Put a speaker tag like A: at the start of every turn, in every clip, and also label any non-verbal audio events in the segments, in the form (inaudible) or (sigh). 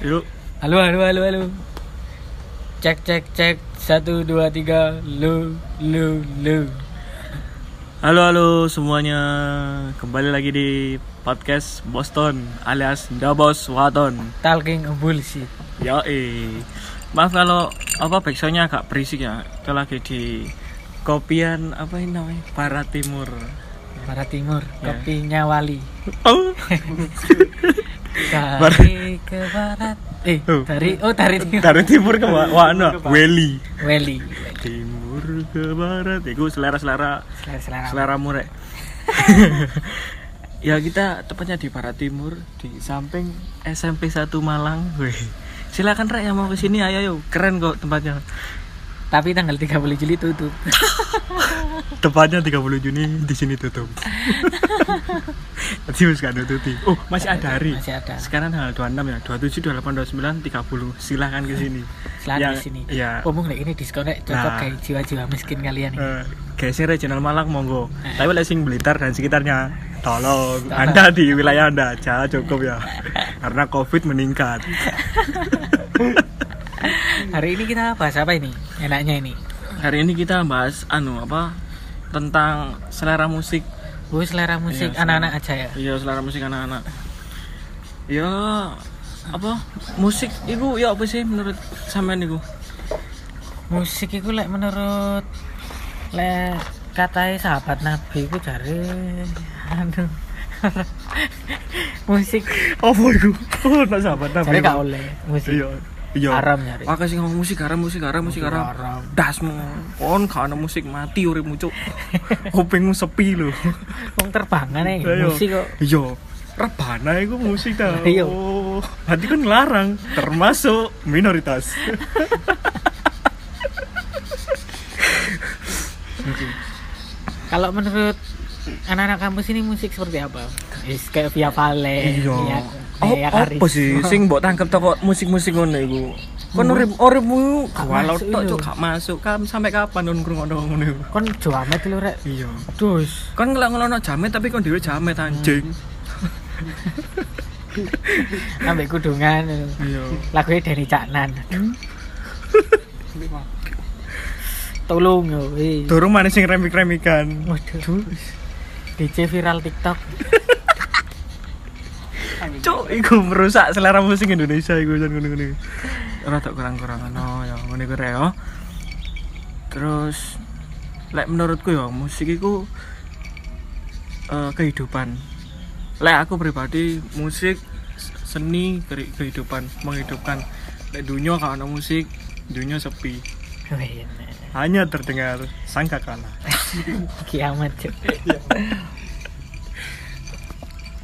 A: Dulu
B: Halo, halo, halo, halo. Cek, cek, cek. Satu, dua, tiga. Lu, lu, lu.
A: Halo halo semuanya Kembali lagi di podcast Boston alias Dabos Waton
B: Talking bullshit.
A: Yoi Maaf kalau apa backsoundnya agak berisik ya Kita lagi di kopian apa ini namanya Barat Timur
B: Barat Timur,
A: Ya.
B: kopinya wali.
A: Oh
B: Dari ke barat. Eh,
A: Oh.
B: dari oh dari timur.
A: dari Timur ke Wa- Wano Weli
B: Weli.
A: Timur ke Barat Itu selera-selera
B: Selera, selera.
A: selera murek (laughs) ya kita tepatnya di barat timur di samping SMP 1 Malang Wih. silakan rek yang mau kesini ayo yuk keren kok tempatnya
B: Tapi tanggal 30 Juli tutup.
A: tempatnya 30 Juni di sini (laughs) tutup nanti harus gak nututi oh masih ada hari
B: Masih ada.
A: sekarang tanggal 26 ya 27 28 29 30 silakan ke sini
B: Selain
A: Ya,
B: di sini.
A: ya.
B: Omong nek ini diskon nek cocok
A: Nah.
B: kayak jiwa-jiwa miskin kalian.
A: Eh, geser ya channel Malang monggo tapi lek sing Blitar dan sekitarnya Eh. tolong anda di wilayah anda aja cukup ya karena covid meningkat
B: Hari ini kita bahas apa ini? Enaknya ini.
A: hari ini kita bahas anu apa tentang selera musik
B: Oh, selera musik
A: Iya, selera.
B: anak-anak aja ya.
A: iya selera musik anak-anak ya apa musik itu ya apa sih menurut sampean itu
B: musik itu lek menurut lek katai sahabat nabi itu dari aduh musik
A: apa (laughs) itu oh tak sabar
B: dari gak oleh musik
A: iya iya
B: Haram nyari.
A: Makanya sih ngomong musik haram musik haram musik haram
B: haram.
A: dasmu kon gak ana musik mati uripmu
B: (laughs)
A: cuk kupingmu sepi lho
B: wong terbangan eh
A: Ayo.
B: musik kok
A: iya rebana iku musik tau
B: Iya.
A: oh, berarti kan larang termasuk minoritas
B: kalau menurut anak-anak kampus ini musik seperti apa? Is kayak Via Vale,
A: iya
B: ya,
A: Oh,
B: ya
A: apa sih sing mbok tangkep toko musik-musik ngono iku kon urip uripmu
B: Gak
A: walau
B: masuk iya.
A: tok
B: itu.
A: cuk gak masuk kam sampai kapan kon ngrungokno ngono iku
B: Kon jamet lho rek.
A: iya
B: Dus.
A: kon ngelak-ngelakno jamet tapi kon dhewe jamet anjing
B: Hmm. Ambek kudungan.
A: iya
B: Lagunya dari Caknan.
A: Hmm?
B: Tolong yo. weh.
A: Durung mana sing remik-remikan
B: Waduh. DJ viral TikTok.
A: Cuk, iku merusak selera musik Indonesia iku jan ngono ngono. Ora tak kurang-kurangan no, ya ngene iku reo. Terus lek menurutku ya musik iku eh, kehidupan. Lek aku pribadi musik s- seni keri- kehidupan menghidupkan. Lek dunia kalau ada musik dunia sepi
B: Wih,
A: hanya terdengar sangka kalah
B: Kiamat cuy.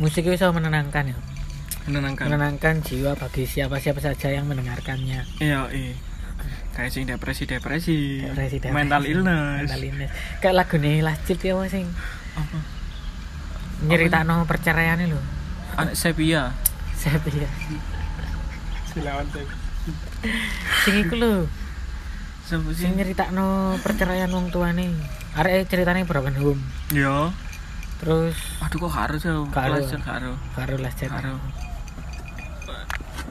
B: Musik itu bisa menenangkan ya.
A: menenangkan
B: Menenangkan jiwa bagi siapa-siapa saja yang mendengarkannya.
A: iya iya kayak sing depresi depresi,
B: Depresi, depresi.
A: Iya. mental illness
B: Mental illness. Kayak lagu nih lah cip ya sing
A: Apa?
B: nyerita no perceraian lho.
A: anak sepia
B: Saya ya.
A: silawan
B: Sing iku lho,
A: siapa sih
B: sing nyerita no perceraian wong tuane. Arek ceritanya broken home.
A: ya
B: Terus
A: aduh kok gak harus ya
B: Gak harus.
A: Pelajar gak harus.
B: baru lah
A: Gak
B: cerita.
A: harus.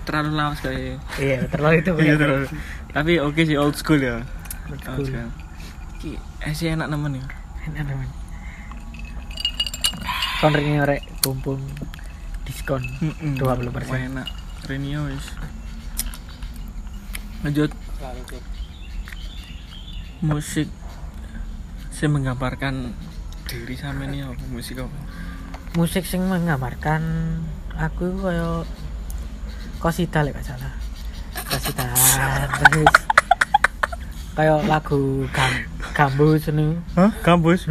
A: terlalu lama sekali
B: Iya, terlalu itu.
A: iya
B: Pak.
A: terlalu tapi oke sih old school ya
B: Old school.
A: old school ki eh sih enak nemen ya
B: Enak teman. Kon ringi orek bumpung diskon.
A: Mm-mm.
B: 20%.
A: Wah, enak Renio wis lanjut musik saya menggambarkan diri sama ini apa musik apa
B: Musik sing menggambarkan aku iku kaya kosida lek gak salah. Kosida terus kaya lagu gam gambu senu.
A: Hah? Kampus?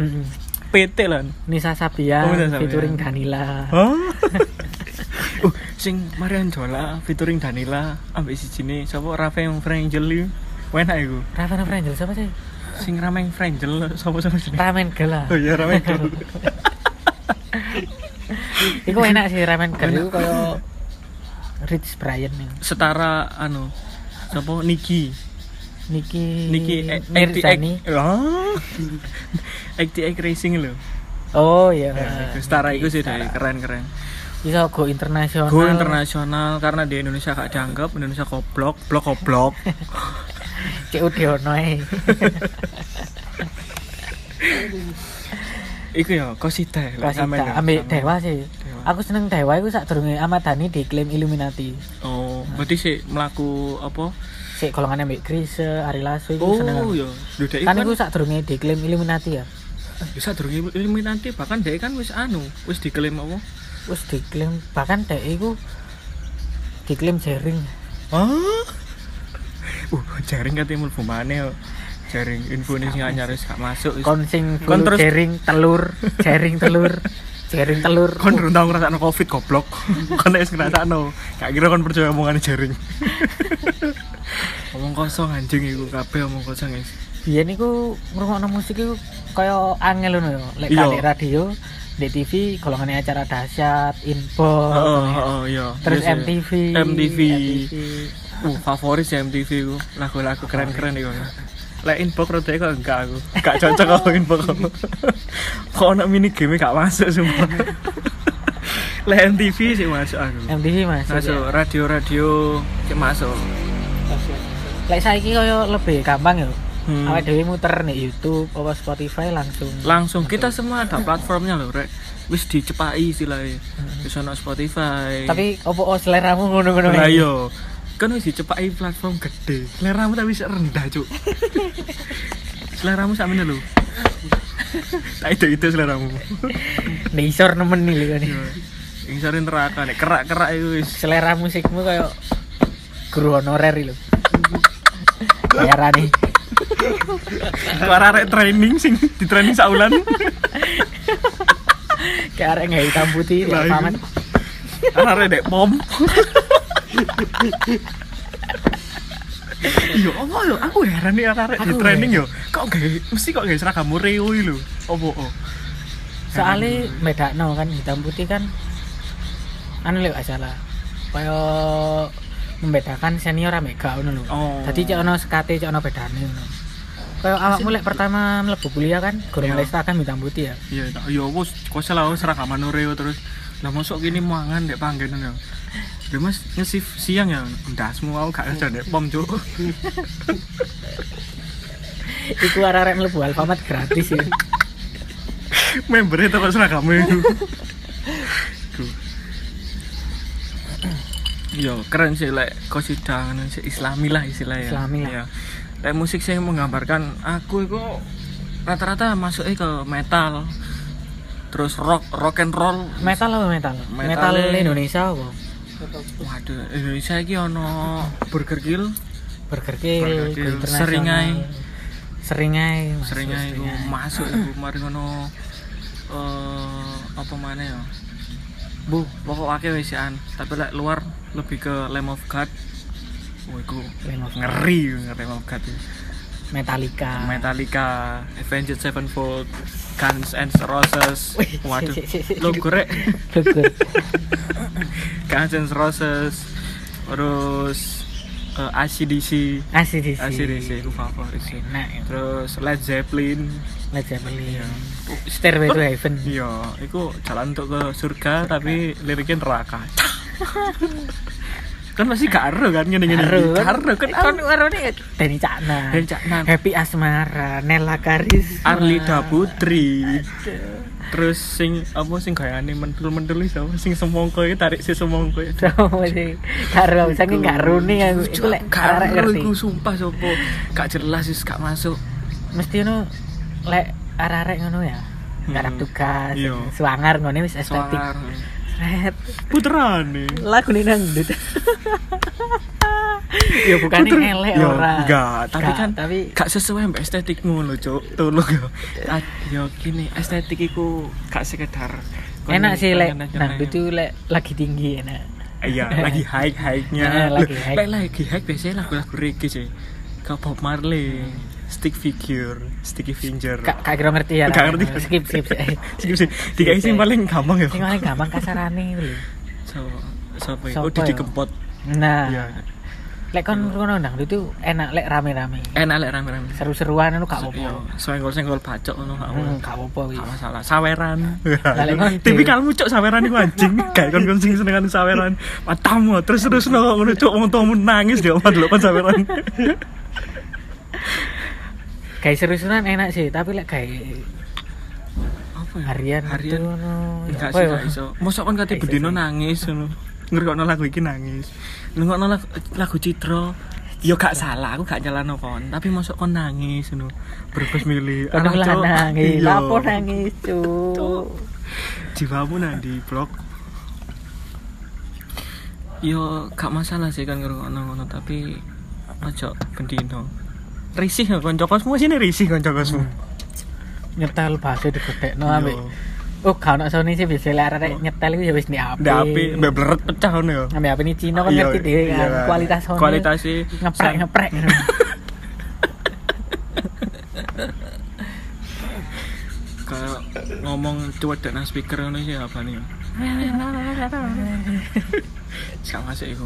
A: PT lan?
B: Nisa Sabian
A: Oh, Nisa Sabian. Oh.
B: featuring Danila.
A: Hah? uh, (laughs) sing Marian Jola featuring Danila ambek si jine sapa Rafa yang Frangel iku. Enak iku.
B: Raven of Angel siapa sih?
A: Sing Rameng Frangel sapa sapa jenenge?
B: Ramen gela.
A: Oh iya Rameng.
B: Iku enak sih ramen gela Nah, iku kaya Rich Brian nih.
A: Setara anu sapa Niki.
B: Niki
A: Niki eh,
B: Mirzani.
A: 88. Hah? (laughs) 88 Racing lho. Eh,
B: Oh iya.
A: Ya, Setara iku sih dai keren-keren.
B: bisa go internasional
A: Go internasional karena di Indonesia gak dianggap, Indonesia koplok, blok koplok. (laughs)
B: CUD ono ae.
A: Iku ya kosita. ya,
B: Kasih
A: sampean ya,
B: tak ambil
A: sampean.
B: dewa sih
A: Dewa.
B: aku seneng dewa iku sadurunge Ahmad Dhani diklaim Illuminati
A: Oh, berarti sih melaku apa?
B: sik golongan ambek Grise Ari Lasso iku seneng
A: Oh,
B: aku.
A: ya. Lho dek
B: kan
A: kan
B: iku sadurunge diklaim Illuminati ya
A: ya sadurunge Illuminati bahkan dek kan wis anu, wis diklaim apa?
B: wis diklaim bahkan dek iku diklaim jaring
A: Hah? Uh, jaring katanya mulbu maneh. Jaring info ini sing anyar wis gak masuk. wis.
B: kon sing
A: Kon
B: bulu
A: terus-
B: jaring telur jaring telur jaring telur
A: kon durung tau ngrasakno covid goblok kon wis ngrasakno gak kira kon percaya omongane jaring omong kosong anjing iku kabeh omong kosong guys
B: biyen niku ngrungokno musik iku kaya angel ngono ya lek
A: Iya.
B: kan di radio di TV golongannya acara dahsyat inbox
A: oh oh iya
B: terus
A: Iya sih.
B: MTV
A: MTV uh favorit sih MTV ku lagu-lagu keren-keren iku lek inbox rada kok enggak aku gak cocok aku inbox aku (laughs) kok ono mini game gak masuk semua (laughs) lek MTV sih masuk aku
B: MTV masuk
A: masuk
B: ya.
A: radio-radio sih masuk
B: lek saiki kaya lebih gampang ya
A: Hmm.
B: awake dhewe muter nih YouTube apa Spotify langsung
A: langsung kita semua ada platformnya loh rek wis dicepai istilahnya wis ono Spotify
B: tapi opo oh, seleramu ngono-ngono (laughs)
A: nah
B: iki?
A: yo kan wis dicepai platform gede seleramu tapi sik rendah
B: (laughs)
A: cuk seleramu sakmene lho tak itu itu seleramu
B: Nih, isor nemen nih lho nih.
A: yang sering neraka nek kerak-kerak itu wis
B: selera musikmu kayak guru honorer
A: (laughs)
B: lho ya, bayarane
A: kelar arek training sing di training saulan
B: kayak arek nggak hitam putih
A: Lah,
B: ya
A: iya.
B: paman
A: arek dek
B: (laughs)
A: pom Yo, apa yo? Aku heran nih arek di
B: Aku
A: training yo. Kok gak mesti kok gak seragam Oreo lho. Opo? oh?
B: soalnya beda no kan hitam putih kan anu lho gak salah kaya membedakan senior ambek gak ngono lho
A: Oh.
B: dadi cek ono sekate cek ono bedane ngono kaya awakmu lek pertama mlebu kuliah kan guru
A: Iya.
B: melesta kan hitam putih ya
A: Iya, tak- yo wis kok salah aku seragaman Oreo terus. Lah mosok gini mangan dek panggenan yo. Ya mas ngesif siang ya, ndasmu aku gak kerja dek pom cuk. (laughs)
B: iku arek-arek mlebu Alfamart gratis
A: (laughs)
B: ya
A: Membernya toko seragamnya
B: (laughs)
A: itu. Duh. Yo keren sih lek kosida ngono sih islami lah istilahnya.
B: Islami lah.
A: Iya. Lek musik sih menggambarkan aku itu rata-rata masuknya ke metal. Terus rock rock and roll.
B: metal apa metal metal,
A: Metal-
B: Indonesia apa
A: Waduh, Indonesia iki ono Burger Kill,
B: Burger King,
A: Burger
B: Go
A: King,
B: International.
A: Seringai.
B: Seringai, masuk
A: seringnya itu masuk iku mari ngono eh apa mana ya? Bu, pokok akeh wisian, tapi lek luar lebih ke Lamb of God. Oh, iku
B: Lamb of God.
A: ngeri ngeri Lamb of God. itu.
B: Metallica.
A: Metallica, Avenged Sevenfold, Guns and Roses.
B: Wih,
A: Waduh,
B: sik, sik, sik.
A: lo gorek
B: Lugur.
A: Guns and Roses. Terus eh, ACDC, (laughs)
B: ACDC.
A: ACDC ku favorit sih.
B: Enak. ya.
A: Terus Led Zeppelin.
B: Led Zeppelin. Stairway to Heaven.
A: Iya, itu jalan untuk ke surga tapi liriknya
B: (laughs)
A: neraka. kan masih karo kan ngene ngene.
B: Karo.
A: Karo kan
B: Kon
A: Ar-
B: warone Deni Caknan.
A: Deni Caknan.
B: gitu. Happy Asmara, Nella Karis.
A: Arlida Putri. Terus sing apa sing gayane mentul-mentul iso sing semongko iki tarik si semongko. iki.
B: Sama sih. Karo saking gak rune aku. Iku lek
A: Karo
B: arek ngerti.
A: iku sumpah sopo. Gak jelas wis gak masuk.
B: Mesti ono lek arek-arek ngono ya.
A: Hmm.
B: Garap tugas,
A: Iya.
B: suangar ngono wis estetik.
A: Solar.
B: Sret.
A: Puterane.
B: lagu ini dangdut ya bukan
A: Puter-
B: ini elek
A: Ya,
B: ora
A: enggak, tapi
B: Enggak,
A: kan
B: tapi
A: gak sesuai mbak estetikmu lho cok tolong ya Ah, ya gini estetik iku gak sekedar kon-
B: enak sih lek Nah,
A: kon-
B: dangdut itu lek lagi tinggi enak
A: iya
B: (laughs)
A: lagi high highnya
B: Eh, lagi high.
A: lek lagi high biasanya lagu-lagu reggae sih kayak Bob Marley stick figure sticky finger
B: kak kak kira ngerti ya lah.
A: Gak ngerti.
B: skip skip
A: (laughs) sih sih tiga isi paling gampang ya
B: ini paling gampang kasarane itu lho
A: so siapa ya
B: Sopo
A: oh Didi
B: ya?
A: Kempot
B: nah
A: iya
B: lek kon ngono dangdut itu enak lek rame-rame
A: enak lek rame-rame
B: seru-seruan itu gak apa-apa
A: Iya, senggol-senggol bacok ngono gak apa.
B: Hmm, gak apa-apa wis
A: Gak masalah saweran.
B: lek kon di-
A: (laughs) Tipikalmu cok saweran iku
B: (laughs)
A: anjing. Kayak kon kon sing senengan saweran. Matamu terus terus no ngono cok wong tuamu nangis dia omah delok kon saweran.
B: kayak seru-seruan enak sih tapi lek kayak
A: Apa
B: harian
A: Harian.
B: gitu, no.
A: Enggak
B: Apa
A: sih
B: ya?
A: gak iso. Mosok kon kate
B: Gak iso
A: bedino
B: sih.
A: nangis ngono. Ngrungokno lagu iki nangis. Ngrungokno lagu, lagu Citra. Yo gak salah, aku gak nyalano kon, tapi mosok kon nangis ngono. Berbes milih.
B: Aduh lah
A: Cok.
B: nangis,
A: Iya.
B: lapo nangis
A: Cuk.
B: cuk.
A: jiwamu nang di blog yo gak masalah sih kan ngrungokno ngono tapi ojo bendino risih ya konco kosmu sini risih konco kosmu
B: Nyetel bahasa digedekno ambek
A: Yo.
B: Oh, gak ono sone sih biasa lek
A: Iya.
B: arek nyetel iku ya wis ndek ape.
A: ndak api mbak bleret pecah ngono yo
B: Ambek ape ni Cina kan
A: Iya,
B: ngerti dhewe
A: iya
B: kan
A: lah.
B: kualitas sone.
A: kualitas sih
B: ngeprek
A: Sang-
B: ngeprek.
A: kayak ngomong cuat dan speaker ngono sih apa nih sama sih iku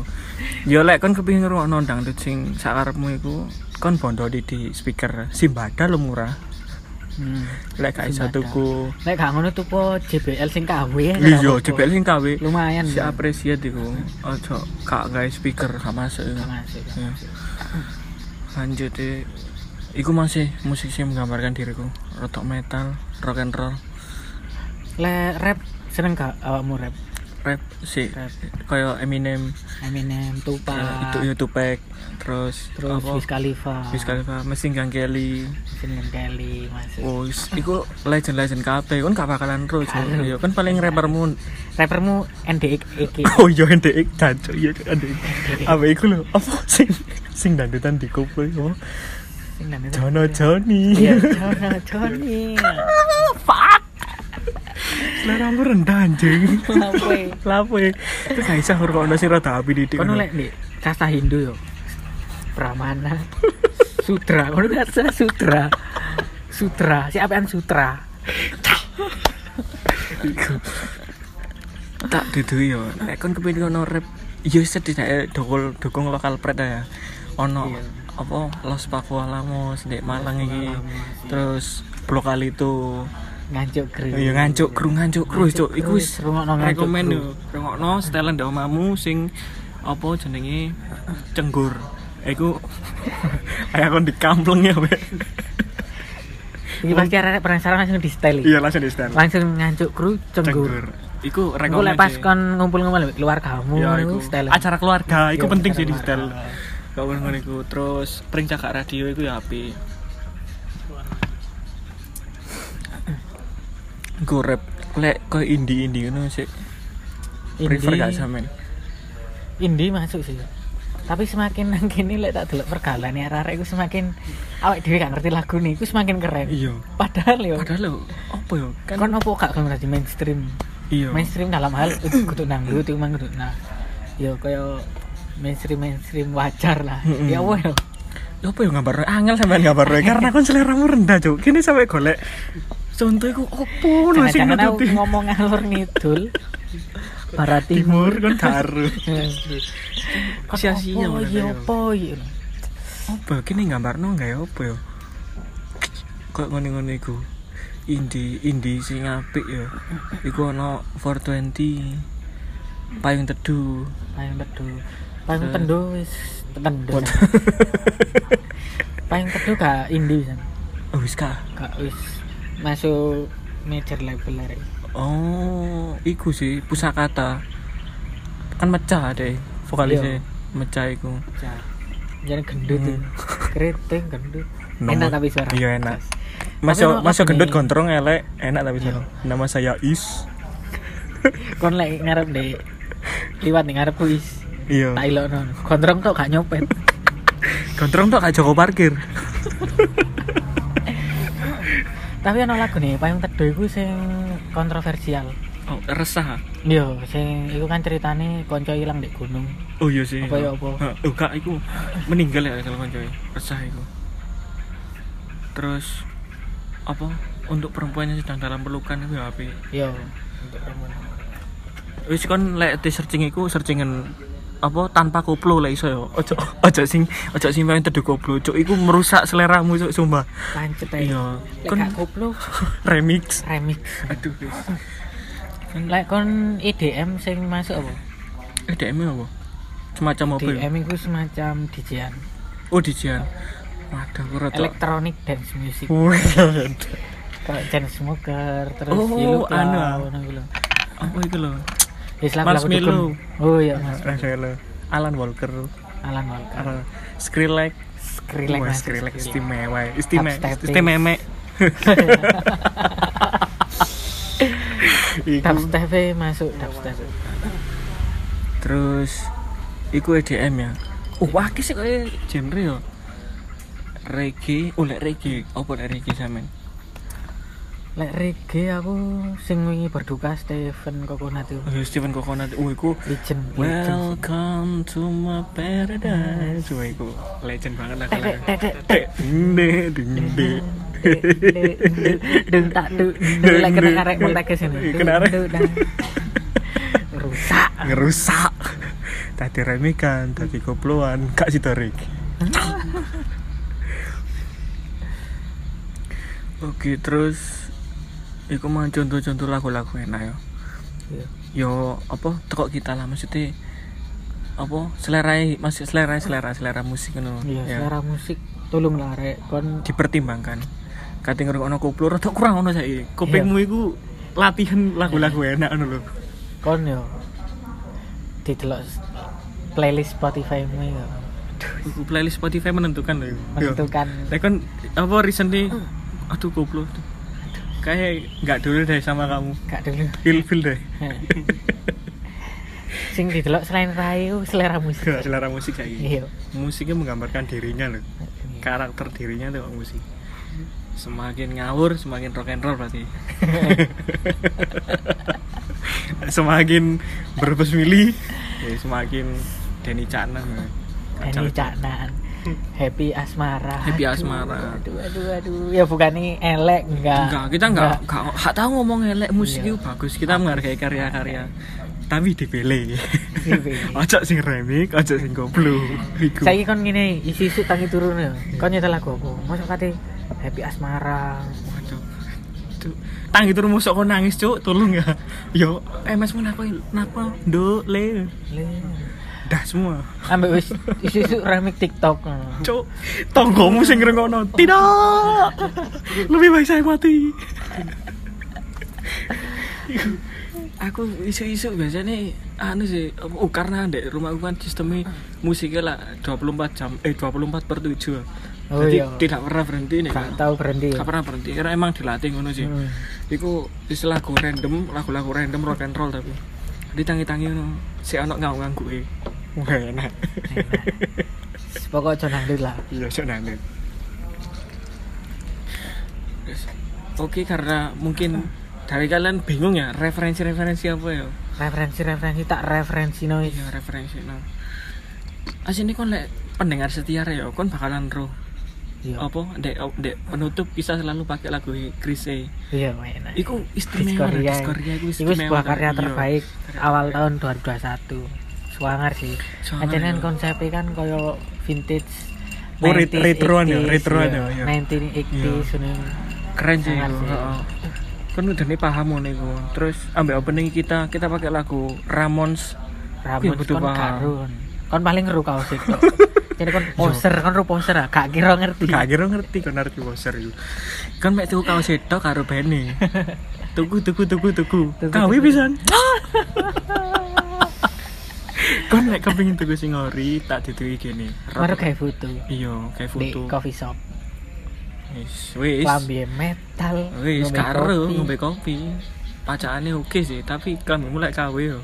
A: yo lek kon kepengin ngrungokno dangdut sing sakarepmu iku kon bondo di, di speaker simbada lo murah
B: (laughs) Hmm.
A: lek gak iso
B: Simbada.
A: tuku
B: Nek gak ngono tuku JBL sing KW. ya, gak
A: iya
B: apa-apa.
A: jebel sing kawe
B: lumayan. ya.
A: si apresiat iku ojo kak guys speaker gak masuk iku.
B: Gak masuk, gak
A: Iya.
B: masuk.
A: lanjut e iku masih musik sing menggambarkan diriku rock metal rock and roll
B: Lek rap seneng gak awakmu rap?
A: rap sih
B: Rap.
A: kaya Eminem
B: Eminem, Tupac,
A: Nah, itu YouTube terus
B: Ah. terus Wiz Khalifa,
A: Wiz Khalifa Mesin Gang Kelly
B: Seneng Kelly masuk.
A: oh iku legend legend kabeh kan gak bakalan terus
B: Gak.
A: yo kan paling rappermu
B: Rappermu
A: (laughs)
B: NDXX.
A: oh iya ndek jancuk iya ndek apa iku lho apa sing sing dandutan dikumpul apa
B: Sing namanya-
A: Jono Joni
B: Iya, Jono Johnny.
A: fuck selera aku rendah anjing
B: Lawe.
A: lapo ya itu gak bisa ngurungkan si rata api didik
B: Kono lek ndek kasta Hindu yo. Pramana. Sutra, kono kasta sutra. Sutra, si apaan sutra?
A: tak dudu yo lek kon kepengin ono rap yo setidaknya dokol dukung lokal pret ya ono
B: Iya.
A: apa Los Pakualamos ndek Malang iki terus blok kali itu
B: Ngancuk kru.
A: yo ngancuk kru ngancuk kru
B: Ngancuk
A: cuk
B: kru,
A: iku wis
B: rungokno ngancuk
A: rekomen
B: kru.
A: yo rungokno setelan ndek omamu sing apa jenenge cenggur iku (laughs) ayo kon dikampleng ya wek
B: Iki pasti arek penasaran langsung di style.
A: iya langsung di setelan
B: Langsung ngancuk kru cenggur.
A: cenggur iku
B: Iku
A: rekomen
B: lek pas
A: sih.
B: kon ngumpul-ngumpul ambek keluargamu
A: ya,
B: ngono
A: iku.
B: style.
A: acara keluarga itu
B: Iya,
A: penting
B: acara
A: sih di
B: keluarga.
A: setel kau ngono iku terus pring cakak radio itu ya api gue rap lek kau indie indie ngono sih prefer
B: Indie-
A: gak sama
B: Indi masuk sih. Tapi semakin nang kene lek tak delok pergalane arek-arek iku semakin awak dhewe gak ngerti lagu nih, iku semakin keren.
A: iya
B: Padahal yo
A: padahal lo apa ya kan
B: kan opo gak gelem dadi mainstream.
A: iya
B: Mainstream dalam hal itu kudu dangdut iku mang kudu nah. Yo koyo mainstream mainstream wajar lah.
A: Mm-mm.
B: Ya opo yo.
A: apa ya gambar angel sampean gambar karena kan seleramu rendah cuk kini sampe golek contoh iku opo lho sing
B: Jangan-jangan aku
A: nututi
B: ngomong ngalor ngidul. Barat timur.
A: timur kan karu
B: Kan
A: Sia-sia
B: opo,
A: malah
B: ya
A: yo.
B: opo yo.
A: apa kini gambarno nggak ya apa ya kok ngene-ngene iku indi indi sing apik ya iku ana 420 payung teduh
B: Paling teduh. Paling teduh wis teduh.
A: What?
B: (laughs) Paling teduh gak indie pisan.
A: oh wis kah?
B: Kak wis masuk major label arek.
A: oh iku sih pusakata kan mecah deh vokalisnya
B: Iya.
A: mecah iku
B: Ja. Jangan gendut. ini.
A: Hmm.
B: Keriting gendut.
A: No.
B: Enak tapi suara.
A: Iya, enak.
B: Yes. emang
A: masuk masuk
B: lagu
A: gendut
B: ini-
A: gondrong elek enak tapi
B: Iya.
A: seru nama saya Is
B: Kon lek ngarep deh. Liwat nih ngarep kuis.
A: iya
B: Tak ilokno. Kontrong kok gak nyopet.
A: gondrong tuh gak Joko parkir
B: tapi ono lagu nih payung teduh iku sing kontroversial.
A: oh, resah
B: Iya, sing iku kan ceritane kanca ilang di gunung.
A: Oh iya sih.
B: Apa ya, apa?
A: Heeh, oh, gak iku meninggal ya kalau kancoe. Resah iku. Terus apa untuk perempuan yang sedang dalam pelukan itu ya api
B: Iya, untuk perempuan.
A: wis kon lek di searching iku searchingan apa tanpa koplo lah iso yo. Ojo ojo sing ojo sing main teduh koplo. Cuk iku merusak seleramu cuk sumpah. (laughs)
B: Pancet ae.
A: Iya.
B: Lek
A: Kon
B: gak koplo
A: remix.
B: remix.
A: Aduh guys.
B: Lek kon IDM sing masuk apa?
A: Eh DM apa? Semacam apa? ya?
B: IDM iku semacam DJ-an.
A: Oh dijian. Waduh ora cuk.
B: Electronic dance music.
A: Oh. Wih,
B: Kayak Chance Smoker, terus
A: Oh,
B: Yellow Claw,
A: anu.
B: ngono iku lho.
A: Apa itu loh?
B: Ya selaku
A: Mars
B: lagu dukun.
A: Milo.
B: Oh iya, Mas.
A: Alan Walker,
B: Alan Walker.
A: apa? Uh, Skrillex,
B: Skrillex.
A: Wah,
B: Mas,
A: Skrillex istimewa, ya. istimewa,
B: Tapstepping.
A: istimewa. Iku
B: Dubstep masuk dubstep.
A: terus iku EDM ya. Oh, wah ki sih kaya genre ya. Reggae, oh lek reggae, apa lek reggae sampean?
B: Lek reggae aku sing wingi berduka Stephen Coconut itu.
A: Oh, ya, Steven Coconut, oh iku
B: Legend, legend.
A: Welcome to my paradise. Wah, iku legend banget lah kalau.
B: Tek tek tek tek.
A: Tek, ding, ding, ding. (laughs)
B: Deng tak du, deng lek kena arek mung tak kesini.
A: Kena arek.
B: Rusak.
A: ngerusak tadi remikan tadi koploan kak si Tarik oke terus iku mah contoh-contoh lagu-lagu enak ya
B: Iya.
A: yo apa tekok kita lah maksudnya apa selera masih selera selera selera musik ngono
B: Iya,
A: ya.
B: selera musik tolong lah rek kon
A: dipertimbangkan kate ngrungokno koplo rada kurang ngono saiki kupingmu iku latihan lagu-lagu enak ngono lho
B: kon yo didelok playlist Spotify mu yo.
A: Iku playlist Spotify menentukan lho iku. Yo.
B: Menentukan Hmm.
A: Lah kan apa recently aduh goblok. Kayak nggak dulu deh sama kamu.
B: gak dulu.
A: Feel feel deh.
B: Sing didelok selain Rai ku selera musik.
A: Selera musik kayak gini.
B: Iya.
A: Musiknya menggambarkan dirinya loh. Karakter dirinya tuh Pak, musik. Semakin ngawur, semakin rock and roll
B: (laughs)
A: berarti. semakin berbesmili, ya semakin Denny Caknan. ya. Kacau.
B: Ini caknan. Happy asmara.
A: Happy
B: Aduh,
A: Asmara.
B: Aduh, aduh, aduh. Ya bukan ini elek Ah, enggak.
A: Enggak, kita enggak enggak, enggak tahu ngomong elek musik
B: Iya.
A: itu bagus. Kita menghargai karya-karya. Tapi dipilih.
B: Dipilih.
A: (laughs) Ojo sing remik, ojo sing goblok. Iku.
B: Saiki kon ngene, isi isu tangi turun
A: Iya.
B: ya. Kon nyetel lagu apa? Mosok kate Happy Asmara.
A: Waduh. Duh. Tang itu rumus kok nangis, Cuk. Tolong ya. Yo, eh, MS mu napa? Napa? Do le.
B: Le.
A: Dah semua.
B: Ambek wis isu isu remix TikTok.
A: Cuk, tonggomu sing ngrungokno. Tidak. Lebih baik saya mati. Iku. aku isu-isu biasanya anu sih oh karena di rumahku kan sistemnya musiknya lah 24 jam eh 24 per 7
B: Oh,
A: jadi
B: iya.
A: tidak pernah berhenti nih
B: Gak tahu berhenti.
A: Gak
B: ya.
A: pernah berhenti karena emang dilatih ngono sih
B: Hmm.
A: Iku istilah lagu random, lagu-lagu random rock and roll tapi ditangi-tangi ngono. Si anak ngau nganggu e. Wah enak.
B: Pokoknya jangan dulu lah.
A: Iya sok nangis. Terus, Oke karena mungkin dari kalian bingung ya referensi-referensi apa ya?
B: Referensi-referensi tak referensi no.
A: Iya referensi no. Asini kon lek pendengar setia ya kon bakalan roh
B: Iya.
A: apa dek oh, dek penutup bisa selalu pakai lagu Chris A.
B: Iya, enak.
A: Iku
B: Chris
A: istimewa,
B: Korea.
A: Chris Korea iku
B: Iku sebuah
A: istimewa,
B: karya
A: iya.
B: terbaik awal tahun 2021. Suangar sih.
A: Suangar,
B: Aja kan
A: iya.
B: konsepnya kan koyo vintage.
A: Oh, ret- retroan ya, retroan ya, iya.
B: 1980s ini.
A: keren sih
B: Sangat
A: itu
B: sih.
A: heeh. kan udah nih paham ngono iku. terus ambil opening kita kita pakai lagu Ramones Wih,
B: Rambut
A: betul
B: kon
A: banget.
B: karun. Kon paling ngeru kau
A: (laughs)
B: sih. kok. Jadi kon poser, kon ru poser ah, gak kira ngerti.
A: gak kira ngerti kan arti poser itu kan mek tuku kaos itu karo Benny
B: (laughs)
A: tuku tuku tuku tuku
B: Tuku,
A: kawi
B: (laughs)
A: pisan kan mek kepengin tuku sing ori tak dituki gini
B: Baru kayak foto
A: iya kayak
B: di
A: foto
B: coffee shop.
A: wis wis
B: Klambi metal.
A: wis
B: ngombe
A: karo
B: kopi.
A: ngombe kopi pacaannya oke sih tapi kami mulai kawe yo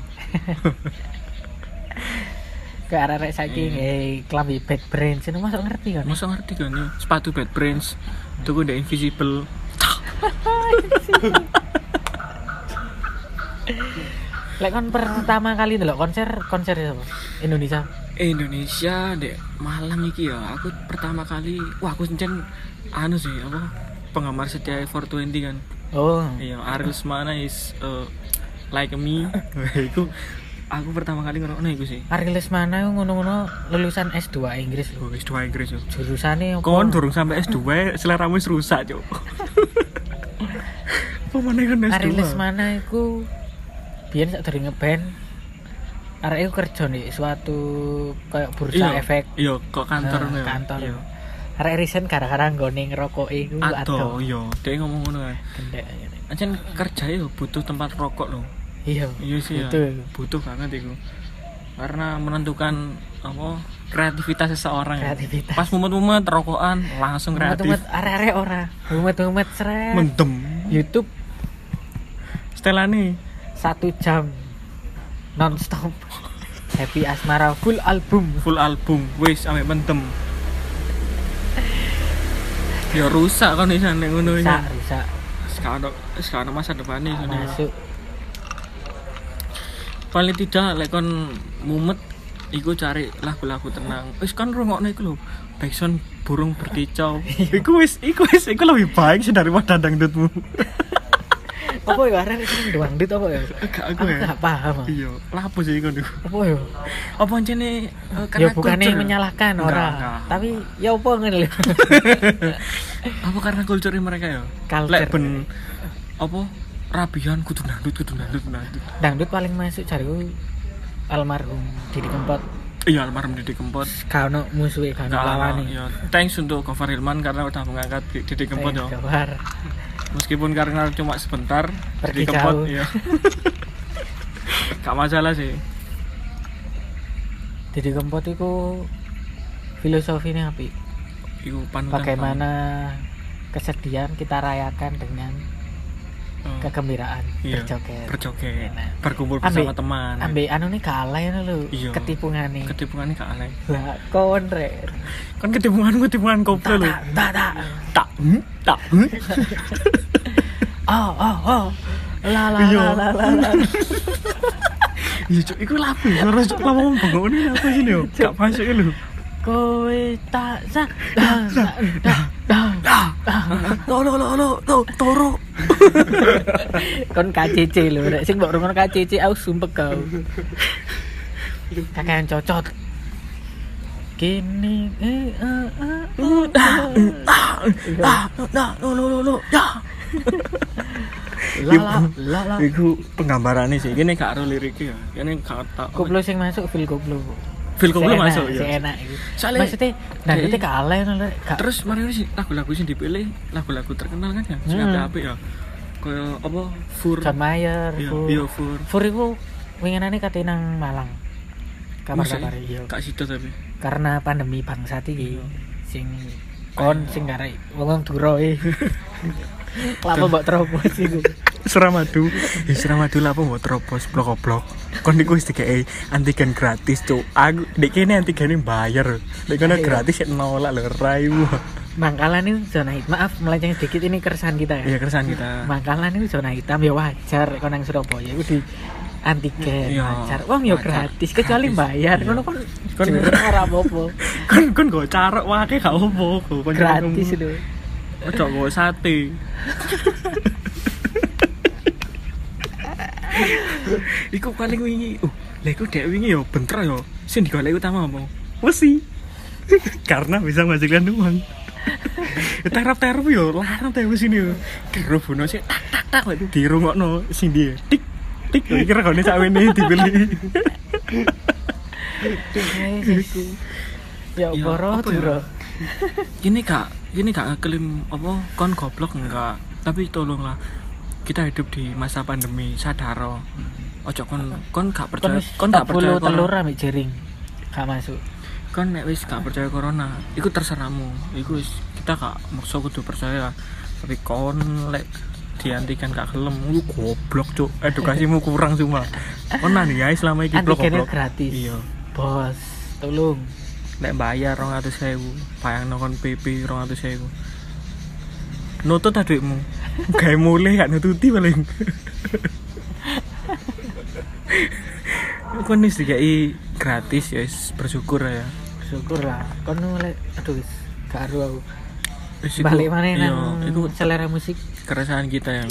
B: Ke arah-arah saking,
A: Iya.
B: eh, klambi back brain. Sini masuk ngerti kan?
A: Masa ngerti kan ya? Sepatu Bad Brains Tuku The Invisible
B: Lek kon pertama kali ndelok konser konser sapa? Indonesia.
A: Indonesia dek Malang iki ya Aku pertama kali Wah aku sencen Anu sih apa Penggemar setia 420 kan
B: Oh,
A: (laughs) Iya Ariel Semana is uh, Like me Iku aku pertama kali ngerokok iku sih
B: Arilis mana yang ngono-ngono lulusan S2 Inggris lho.
A: oh S2 Inggris yo
B: Jurusannya apa?
A: kon durung sampai S2 seleramu wis rusak (laughs) cuk pemane kan S2
B: Arilis mana iku biyen sak dari ngeband arek iku kerja nih suatu kayak bursa
A: Iya,
B: efek
A: iya kok kantor
B: Nah,
A: yo.
B: Eh, kantor
A: Iya.
B: arek risen gara-gara nggone ngerokok iku
A: Ado,
B: adoh
A: iya, dia ngomong ngono kan.
B: gendek ngene.
A: Ancen kerja yo butuh tempat rokok loh.
B: iya
A: Iya sih ya.
B: Betul.
A: Butuh banget itu. Karena menentukan apa kreativitas seseorang ya.
B: Kreativitas.
A: Pas mumet-mumet rokokan langsung kreatif.
B: umet-umet arek-arek ora umet-umet seret
A: Mendem.
B: YouTube
A: Stelane.
B: satu jam nonstop Happy Asmara full album
A: full album wis sampe mendem. Ya rusak kan isan nek ngono iki.
B: rusak rusak
A: Sekarang sekarang masa depannya
B: gak
A: isan.
B: masuk
A: paling tidak lek kon mumet iku cari lagu-lagu tenang wis kan rungokne iku lho Backsound burung berkicau
B: Iya.
A: iku wis iku wis iku lebih baik sih daripada dangdutmu
B: apa ya arek sing duang dit apa ya
A: gak
B: aku
A: aku ya
B: gak paham ah.
A: iya lapo sih iku niku
B: apa ya
A: apa jane
B: ya bukannya menyalahkan
A: Enggak,
B: orang
A: enggak.
B: tapi ya apa ngene lho (laughs)
A: apa karena culture mereka ya
B: Culture.
A: lek ben apa rabian kudu dangdut kudu dangdut kudu dangdut
B: dangdut paling masuk cariku almarhum Didi Kempot
A: iya almarhum Didi Kempot
B: gak ono musuhe gak ono
A: Gak lama,
B: lawane
A: iya. thanks untuk Gofar Hilman karena udah mengangkat Didi Kempot ya
B: Gawar.
A: meskipun karena cuma sebentar
B: Pergi jauh.
A: dikempot, ya gak masalah sih
B: Didi Kempot itu filosofinya api
A: Iku panutan
B: bagaimana
A: iya.
B: kesedihan kita rayakan dengan
A: pan- eh,
B: kegembiraan
A: Hmm. iya,
B: berjoget
A: berjoget
B: Enak.
A: berkumpul bersama
B: Ambil-
A: teman
B: ambe anu nih kalah ya lu
A: Iya.
B: ketipungan nih
A: ketipungan gak aneh
B: lah kon re
A: kan ketipungan ketipungan
B: tak
A: koplo lho
B: tak tak tak
A: tak hmm, tak hmm.
B: (laughs) oh oh oh la la
A: Iya.
B: la la la la.
A: iya cuk iku lapo ya ora cuk lama bangun ini apa sih lho gak masuk lho
B: kowe tak tak tak tak tak, tak
A: lo lo lo lo lo toro
B: kon KCC lho rek sing mbok rungono KCC aku sumpek kau kakean cocot kini eh eh, eh, eh,
A: ah nah lo lo lo lo ya
B: la la la la
A: iku penggambarannya sih ini gak ada liriknya ya ini gak tak
B: koplo sing masuk feel koplo
A: feel koplo
B: Seenak,
A: masuk ya
B: seenak iku
A: Soalnya- Iya,
B: maksudnya nah
A: Jadi-
B: itu kalah ngono lho gak
A: terus mari sih lagu-lagu sing dipilih lagu-lagu terkenal kan ya sing
B: Hmm.
A: apa ya kaya apa fur
B: John Mayer
A: iya
B: Fur.
A: iya fur
B: Fur iku winginane kate nang Malang kabar-kabar
A: Masa
B: iya
A: kak sido tapi
B: karena pandemi bangsat
A: Iya.
B: iki sing kon sing karek wong duroe
A: (laughs)
B: lapa mbok terobos iku
A: seramadu ya seramadu lah apa buat terobos blok blok kon niku wis dikei antigen gratis tuh aku dek kene antigene bayar dek kene gratis ya nolak lho raimu
B: Mangkalan ini zona hitam. Maaf melenceng sedikit ini keresahan kita ya.
A: iya keresahan kita
B: Mangkalan ini zona hitam ya wajar kalau nang Surabaya itu di antigen
A: Iya,
B: wajar. Wong ya
A: wajar.
B: gratis kecuali
A: Gratis.
B: bayar.
A: Iya.
B: Ngono kon
A: Kon-
B: jenenge (laughs) ora
A: (laughs)
B: apa-apa.
A: kon kon gak carok wae gak opo
B: Gratis itu.
A: ojo gak sate iku paling wingi uh lha iku dek wingi yo bentrok yo sing digolek utama mau (laughs) wesi karena bisa menghasilkan uang (laughs) terap terap yo larang teh wesi nih dirobono sih tak tak tak waduh dirungokno sing dia tik tik iki regane sakwene dibeli
B: Ya
A: Iya,
B: boro
A: apa ya?
B: duro.
A: gini kak gini kak ngeklaim apa kon goblok enggak tapi tolonglah kita hidup di masa pandemi sadaro ojo kon kon gak percaya kon ya? gak percaya
B: telur
A: corona
B: ambek jering. Gak masuk.
A: kon nek wis gak percaya corona iku terserahmu iku wis kita gak maksa kudu percaya tapi kon lek diantikan gak gelem lu goblok cuk edukasimu kurang semua kon nani ya selama iki blok
B: Antigennya
A: goblok
B: gratis.
A: iya
B: Bos, tolong.
A: Lek bayar 200.000, bayang kon PP 200.000. Nutut ta
B: (laughs)
A: duitmu. Gawe mulih gak nututi paling. Kon wis dikai gratis ya wis bersyukur ya.
B: Syukur lah. Kon mulai aduh wis gak aru aku.
A: Wis iku-
B: Balik mana
A: iya,
B: nang
A: iku
B: selera musik
A: keresahan kita ya.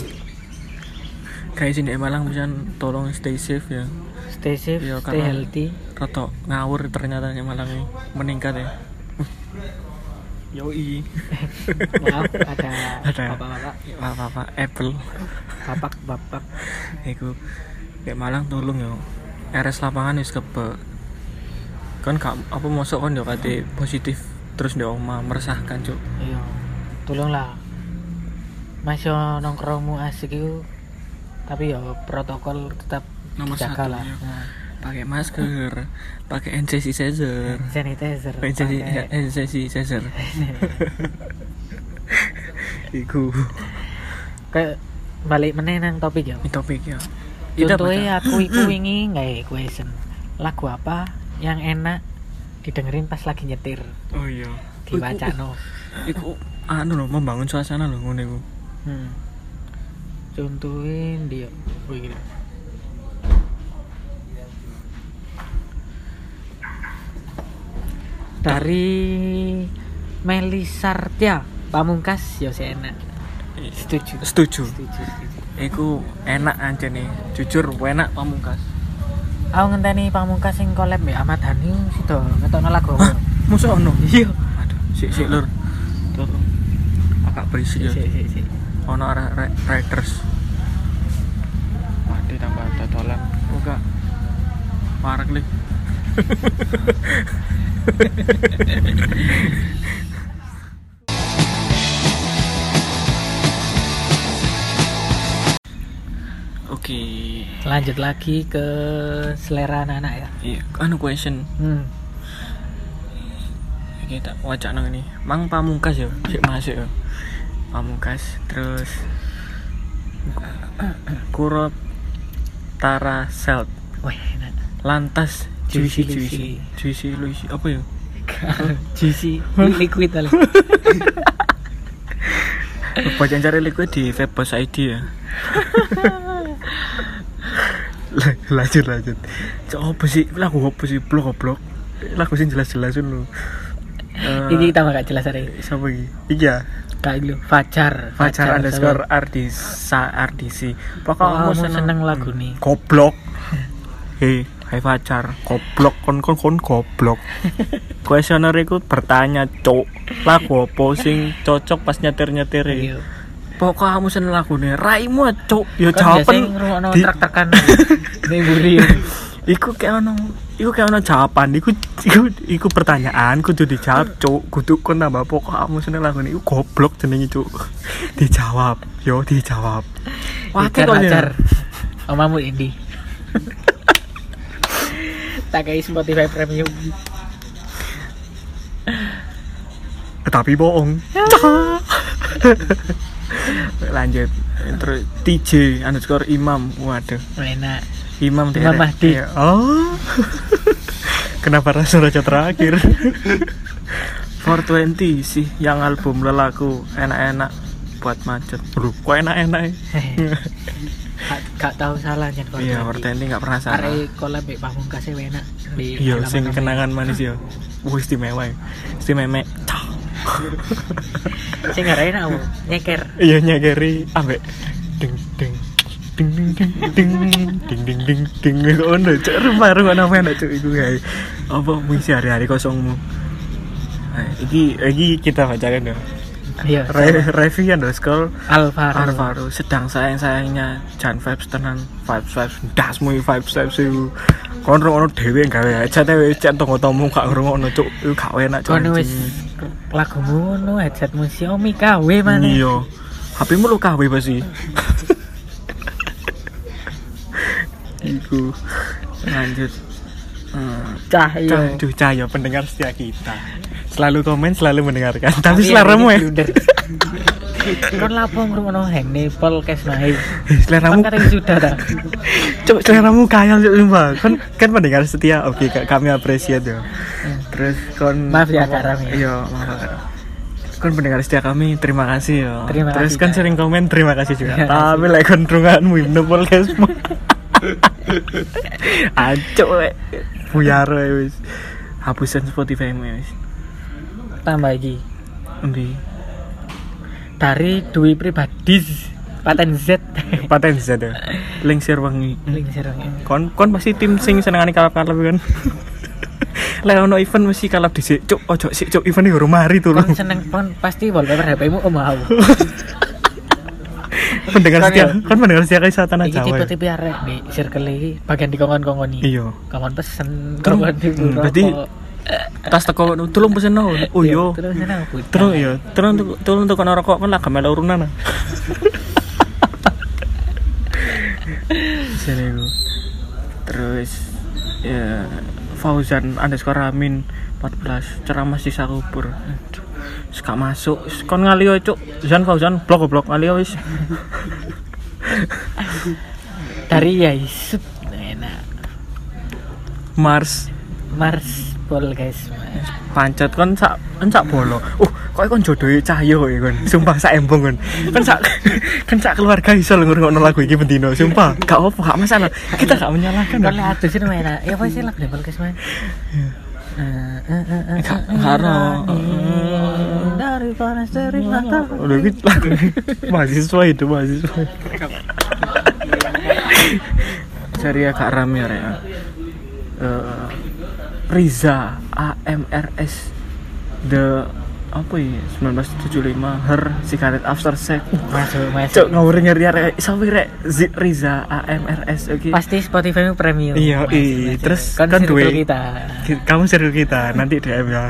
A: guys ini Malang pisan tolong stay safe ya
B: stay safe
A: Iya,
B: stay
A: karena-
B: healthy
A: Roto ngawur ternyata di Malang ini meningkat ya Yoi (laughs)
B: maaf ada
A: Ada.
B: bapak-bapak
A: Apa-apa Apple
B: bapak-bapak
A: Iku Kayak Malang tolong yo RS lapangan wis kebe Kan gak apa masuk kan yo kate positif Terus di oma meresahkan cuk
B: iya tolonglah masih nongkrongmu asik itu tapi ya protokol tetap
A: Nomor
B: dijaga
A: satu,
B: lah
A: iya.
B: Nah,
A: Pakai masker Pakai hand sanitizer
B: Nah, sanitizer
A: Hand sanitizer-
B: pakai-
A: hand sanitizer
B: (laughs)
A: Iku
B: ke balik meneh nang topik ya
A: Ini topik ya Ida baca.
B: contohnya ya, aku iku wingi nggak question lagu apa yang enak didengerin pas lagi nyetir
A: Oh iya
B: dibaca no
A: Iku anu loh membangun suasana loh ngono iku.
B: hmm. contohin dia Wih, gini. dari Melisartia Pamungkas ya saya enak setuju setuju
A: Setuju.
B: setuju
A: Iku enak aja nih. Jujur enak pamungkas.
B: aku ngenteni Pamungkas yang collab ya Ahmad Hani sudah ngetokno lagu apa?
A: Musuh ono.
B: iya
A: Aduh, sik sik lur. Tur. Agak berisik ya.
B: Sik, sik, sik.
A: Ono ra- ra- riders. Mati tambah totolan. Buka. Parek li. (laughs) Oke,
B: lanjut lagi ke selera anak-anak ya
A: iya, anu question
B: hmm.
A: Oke, tak wajak nang ini. Mang pamungkas ya, sik masuk ya. Pamungkas, terus (clears throat) Kurot Tara Selt,
B: wah
A: (laughs)
B: enak
A: lantas
B: Juicy
A: juicy juicy juicy juicy apa ya?
B: juicy liquid kali
A: Bacaan cari liquid di Vapos ID ya. Lan- (laughs) lanjut lanjut. Cok apa sih? Lagu apa sih? Blok blok. Lagu sih jelas-jelasin lu. Eh,
B: ini tambah gak jelas hari
A: siapa iki? Iki ya.
B: kak dulu Fajar
A: Fajar underscore
B: sabar.
A: Ardisa Ardisi
B: Wah,
A: Pokoknya kamu
B: kamu
A: seneng, Hmm.
B: seneng lagu nih
A: Goblok Hei, hai Fajar Goblok, kon kon kon (laughs) goblok Kuesioner iku bertanya cok Lagu apa sing cocok pas nyetir-nyetir iki?
B: Iya.
A: Pokoknya kamu seneng lagu nih Raimu cok Ya
B: kan biasanya
A: jawaban
B: ngerungokno
A: di-
B: trek-trekan
A: (laughs)
B: ini buri ya.
A: Iku kayak ono Iku kayak ono jawaban Iku iku, iku pertanyaan Kudu dijawab cok Kudu kon tambah pokok kamu seneng lagu nih Iku goblok jenenge cok (laughs) Dijawab Yo dijawab
B: Fajar
A: kok ya.
B: Fajar omamu
A: (laughs)
B: ini tak kayak Spotify Premium
A: Eh, tapi bohong lanjut terus TJ underscore Imam waduh
B: enak
A: Imam
B: Imam
A: derek.
B: Mahdi.
A: Iya. oh (laughs) kenapa rasa raja (laughs) terakhir 420 sih yang album lelaku enak-enak buat macet Bro, kok enak-enak ya?
B: gak, gak tahu salah nyen
A: iya 420 nggak pernah salah
B: Are kolab mbek pamungkasnya enak di
A: iya
B: halaman
A: sing
B: kami.
A: kenangan manis ya wah istimewa ya istimewa Cah.
B: sing gak enak aku nyeker
A: iya nyagari ambek ding ding ding ding ding ding ding ding ding ding Iku ono cuk rumah rumah nama enak cuk iku gawe apa mengisi hari-hari kosongmu Nah, iki iki kita bacakan dong
B: iya
A: Re ya, Revi underscore
B: Alvaro
A: Alvaro sedang sayang sayangnya Jan vibes tenan vibes vibes dasmu i vibes vibes itu kon ngono dhewe gawe aja dhewe cek tonggo tomu gak ngrungokno cuk iku gak enak cuk
B: kono wis lagumu ngono headsetmu Xiaomi KW maneh
A: Iya. HP-mu lu KW pasti. Iku lanjut. Hmm.
B: cahyo
A: Aduh, Cahyo ya pendengar setia kita. Selalu komen, selalu mendengarkan. Tapi
B: Tapi
A: seleramu
B: hari
A: ya.
B: ini blunder. kon lapo ngrungokno Hene Polkes Mahe kon
A: Seleramu
B: kateng sudah ta
A: Cuk, seleramu kaya cuk sumpah. Kan kan pendengar setia. Oke, Kak, kami appreciate ya. Terus kon
B: Maaf ya,
A: apa-
B: Kak Ram, ya.
A: Iya, maaf Kak Ram. Kon pendengar setia kami, terima kasih ya.
B: Terima
A: Terus
B: kasih,
A: kan
B: Kak.
A: sering komen, terima kasih juga.
B: Terima kasih.
A: Tapi lek kon runganmu Ibnu Polkesmu. Acuk we. Buyar we wis. Hapusan Spotify-mu ya, wis.
B: tambah iki
A: Endi?
B: dari Dwi Pribadis Paten Z.
A: paten Z ya. link share wangi
B: Link serang.
A: kon kon pasti tim sing senengane kalap kalap
B: (laughs)
A: kan lek ono event mesti kalap dhisik cuk ojo sik cuk event iki ora mari
B: Kon
A: tolong
B: seneng kon pasti wallpaper HP-mu om hau.
A: (laughs) pendengar
B: Kon
A: setia
B: ya.
A: kon pendengar setia kisah tanah
B: Iki
A: Jawa ya?
B: tipe-tipe arek di circle iki bagian di kongkon-kongkon iki.
A: iya
B: Kongkon pesen,
A: Terus-
B: kongkon di
A: hmm, berarti tas teko tolong pesen no oh iya
B: Terus seneng aku.
A: terus iya terus untuk terus untuk kono rokok kan lah gamel urunan nah. Serius. terus ya Fauzan underscore Amin 14 ceramah sisa kubur Aduh, wis gak masuk Wis, kon ngalih wae, cuk Zan Fauzan blok blok ngalih wae, wis
B: Dari Yaisut. Enak.
A: Mars
B: Mars Ball guys.
A: pancet kon sak kon sak bolo uh kok kon jodohi cahyo ya kon sumpah sak embung kon kon sak (laughs) kon sak keluarga iso lho ngrungokno lagu iki bendino sumpah gak apa gak masalah kita gak menyalahkan
B: Kan
A: lho.
B: lah atus ini main. Ya apa sih lah di Ball guys main.
A: Gak- gak ada. iya. Hmm.
B: Dari panas dari mata.
A: Udah gitu lagu mahasiswa itu mahasiswa. Cari ya Kak Ram ya Rea. Eh, Riza AMRS The apa ya 1975 Her Cigarette After Sex.
B: Masuk masuk.
A: Cok ngawur ngeri ya Rea. Sampai Rek Z- Riza AMRS oke.
B: Pasti Spotify-mu premium.
A: Iya,
B: Masuk,
A: iya.
B: masuk.
A: Terus
B: kan
A: kan
B: circle
A: duwe-
B: kita.
A: Ki- Kamu seru kita nanti DM ya.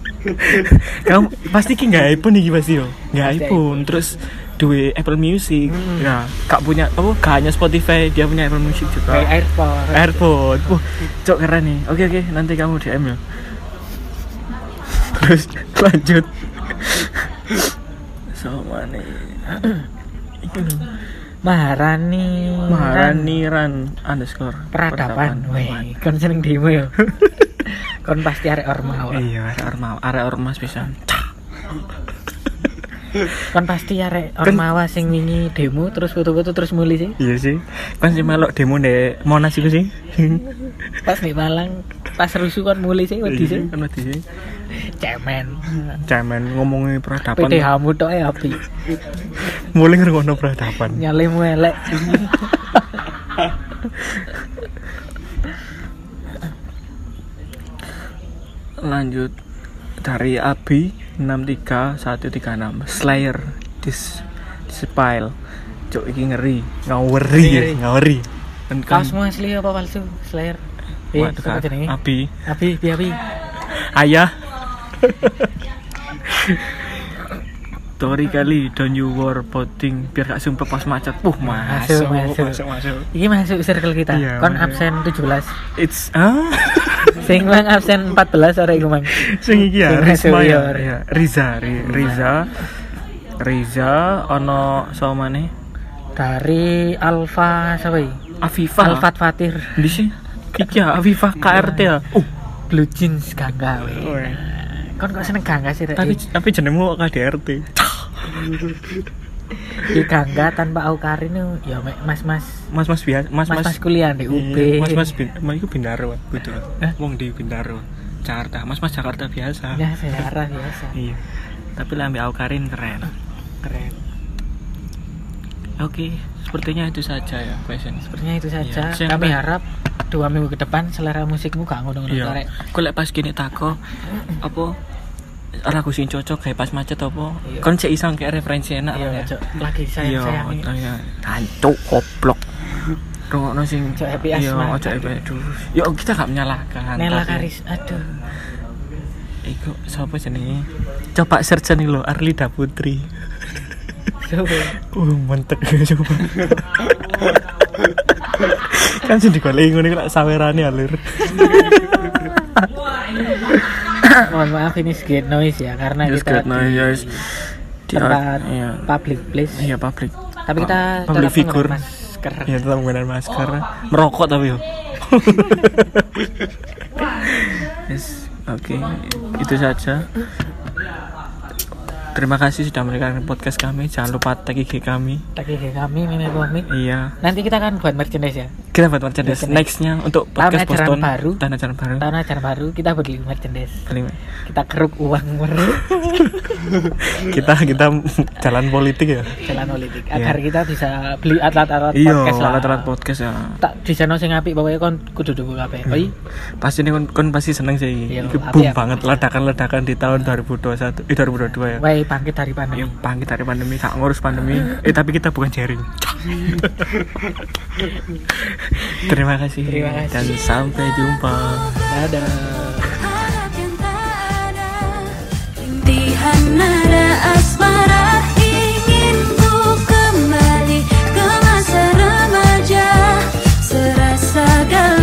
A: (laughs) Kamu pasti ki nggak iPhone nih pasti yo. Nggak
B: Pasti Hmm.
A: iPhone terus duwe Apple Music. Nah, kak punya apa? Gak hanya Spotify, dia punya Apple Music
B: Kayak
A: juga.
B: AirPods.
A: Eh? AirPod. Wah, cok keren nih. Oke oke, nanti kamu DM ya. Terus (laughs) lanjut. Sama nih. Iku lho.
B: Maharani.
A: Maharani Ran underscore
B: peradaban. Weh, kon seneng demo
A: (laughs)
B: ya. kon pasti arek ormawa.
A: Iya, arek ormas, arek ormas bisa.
B: Kon Kan pasti ya, arek
A: Kan-
B: ormawa sing wingi demo terus foto-foto terus muli sih.
A: Iya sih. Kan sih melok demo deh Monas iku sih.
B: Pas di Malang, pas rusuh kon muli sih wedi sih.
A: Kan wedi Iya. sih.
B: Cemen.
A: Cemen ngomongi
B: PTH
A: peradaban.
B: mu tok e api.
A: Mulai ngrungokno peradaban.
B: Nyalemu elek.
A: Iya. Lanjut dari Abi 63136 Slayer dis Dispile. Cuk iki ngeri, ngaweri ya,
B: Ngeri.
A: ngaweri. Dan kan- Iya,
B: Kaosmu asli apa palsu? Slayer. Eh,
A: Waduh,
B: apa
A: Kak.
B: jenenge?
A: Abi,
B: Abi, bi abi.
A: ayah. Tori kali don't you war voting biar gak sumpah pas macet. Puh, masuk,
B: masuk.
A: masuk, masuk.
B: Ini masuk circle kita.
A: Iya,
B: kon
A: masuk.
B: absen 17.
A: It's ah. (laughs)
B: Sing mang absen 14 sore iku mang.
A: sing iki
B: Sing
A: ya Risma ya
B: senior.
A: Iya, Riza Ri- Riza Riza ono sapa maneh
B: Dari Alfa siapa iki?
A: Afifah
B: Alfat Fatir.
A: di sih iki ya Afifah KRT ya uh
B: Blue Jeans Gangga we. Kon kok seneng Gangga sih Rek?
A: Oh. tapi tapi jenengmu kok KDRT
B: di Gangga tanpa Aukar ini ya mek mas-mas
A: Mas Mas biasa Mas Mas
B: mas-mas kuliah di UB.
A: Mas Mas Iya, bin, mas iku Bintaro gitu wong di Bintaro Jakarta Mas Mas Jakarta biasa
B: Ya sejarah biasa.
A: iya tapi lah ambil Aukarin keren
B: Keren.
A: oke sepertinya itu saja ya question
B: Sepertinya itu saja.
A: Iya,
B: Kami
A: siapa-
B: harap dua minggu ke depan selera musikmu gak ngono-ngono
A: Iya.
B: Rek.
A: Kok lek pas gini tako apa ragu sing cocok kayak pas macet apa?
B: Iya.
A: Kon sik isang kayak referensi enak.
B: Iya,
A: lah ya.
B: Cok. Lagi
A: Iya,
B: sayang-sayangi.
A: iya. Tancuk goblok. Rungokno sing
B: Cok, happy
A: Iya,
B: asma.
A: ojo happy. Aduh. Yo kita gak menyalahkan.
B: Nela
A: tapi-
B: Karis, aduh.
A: Iku sapa jenenge? Coba search nih lo Arlida Putri.
B: Coba.
A: Uh, mantep ya (laughs) coba. kan sing digoleki ngene kok lak sawerane alur.
B: Mohon maaf ini skate noise ya karena
A: Yes,
B: kita
A: good night,
B: di
A: guys. Di-
B: tempat
A: iya.
B: public place.
A: Iya, public. Ah,
B: Tapi kita
A: Public
B: tetap
A: figure.
B: menggunakan masker. Oh.
A: Ya tetap menggunakan masker. Merokok tapi
B: (laughs)
A: yo. yes, oke. Itu saja. Terima kasih sudah mendengarkan podcast kami. Jangan lupa tag IG kami.
B: Tagih kami Mimi Komik.
A: Iya.
B: Nanti kita akan buat merchandise ya.
A: kita buat merchandise
B: Merchandise.
A: nextnya untuk
B: Tahun
A: podcast
B: ajaran
A: Boston
B: baru.
A: tahun ajaran baru
B: tahun ajaran baru kita beli merchandise
A: Kelima.
B: kita keruk uang meruk
A: kita kita (laughs) jalan politik ya
B: jalan politik agar kita bisa beli alat-alat
A: iya
B: podcast lah
A: alat-alat podcast ya
B: tak disana sing apik pokoknya kon kudu dukung kabeh oi
A: pasti ini kon, kon pasti seneng sih
B: Iya,
A: Ini
B: apa
A: boom
B: ya?
A: banget ledakan-ledakan di tahun 2021 eh 2022 ya
B: wae bangkit dari
A: Ayo
B: pandemi
A: bangkit dari pandemi, tak ngurus pandemi. Eh tapi kita bukan
B: (laughs)
A: jaring. Terima kasih.
B: Terima kasih.
A: Dan sampai jumpa.
B: dadah
C: Harap yang tak ada Intihan nada asmara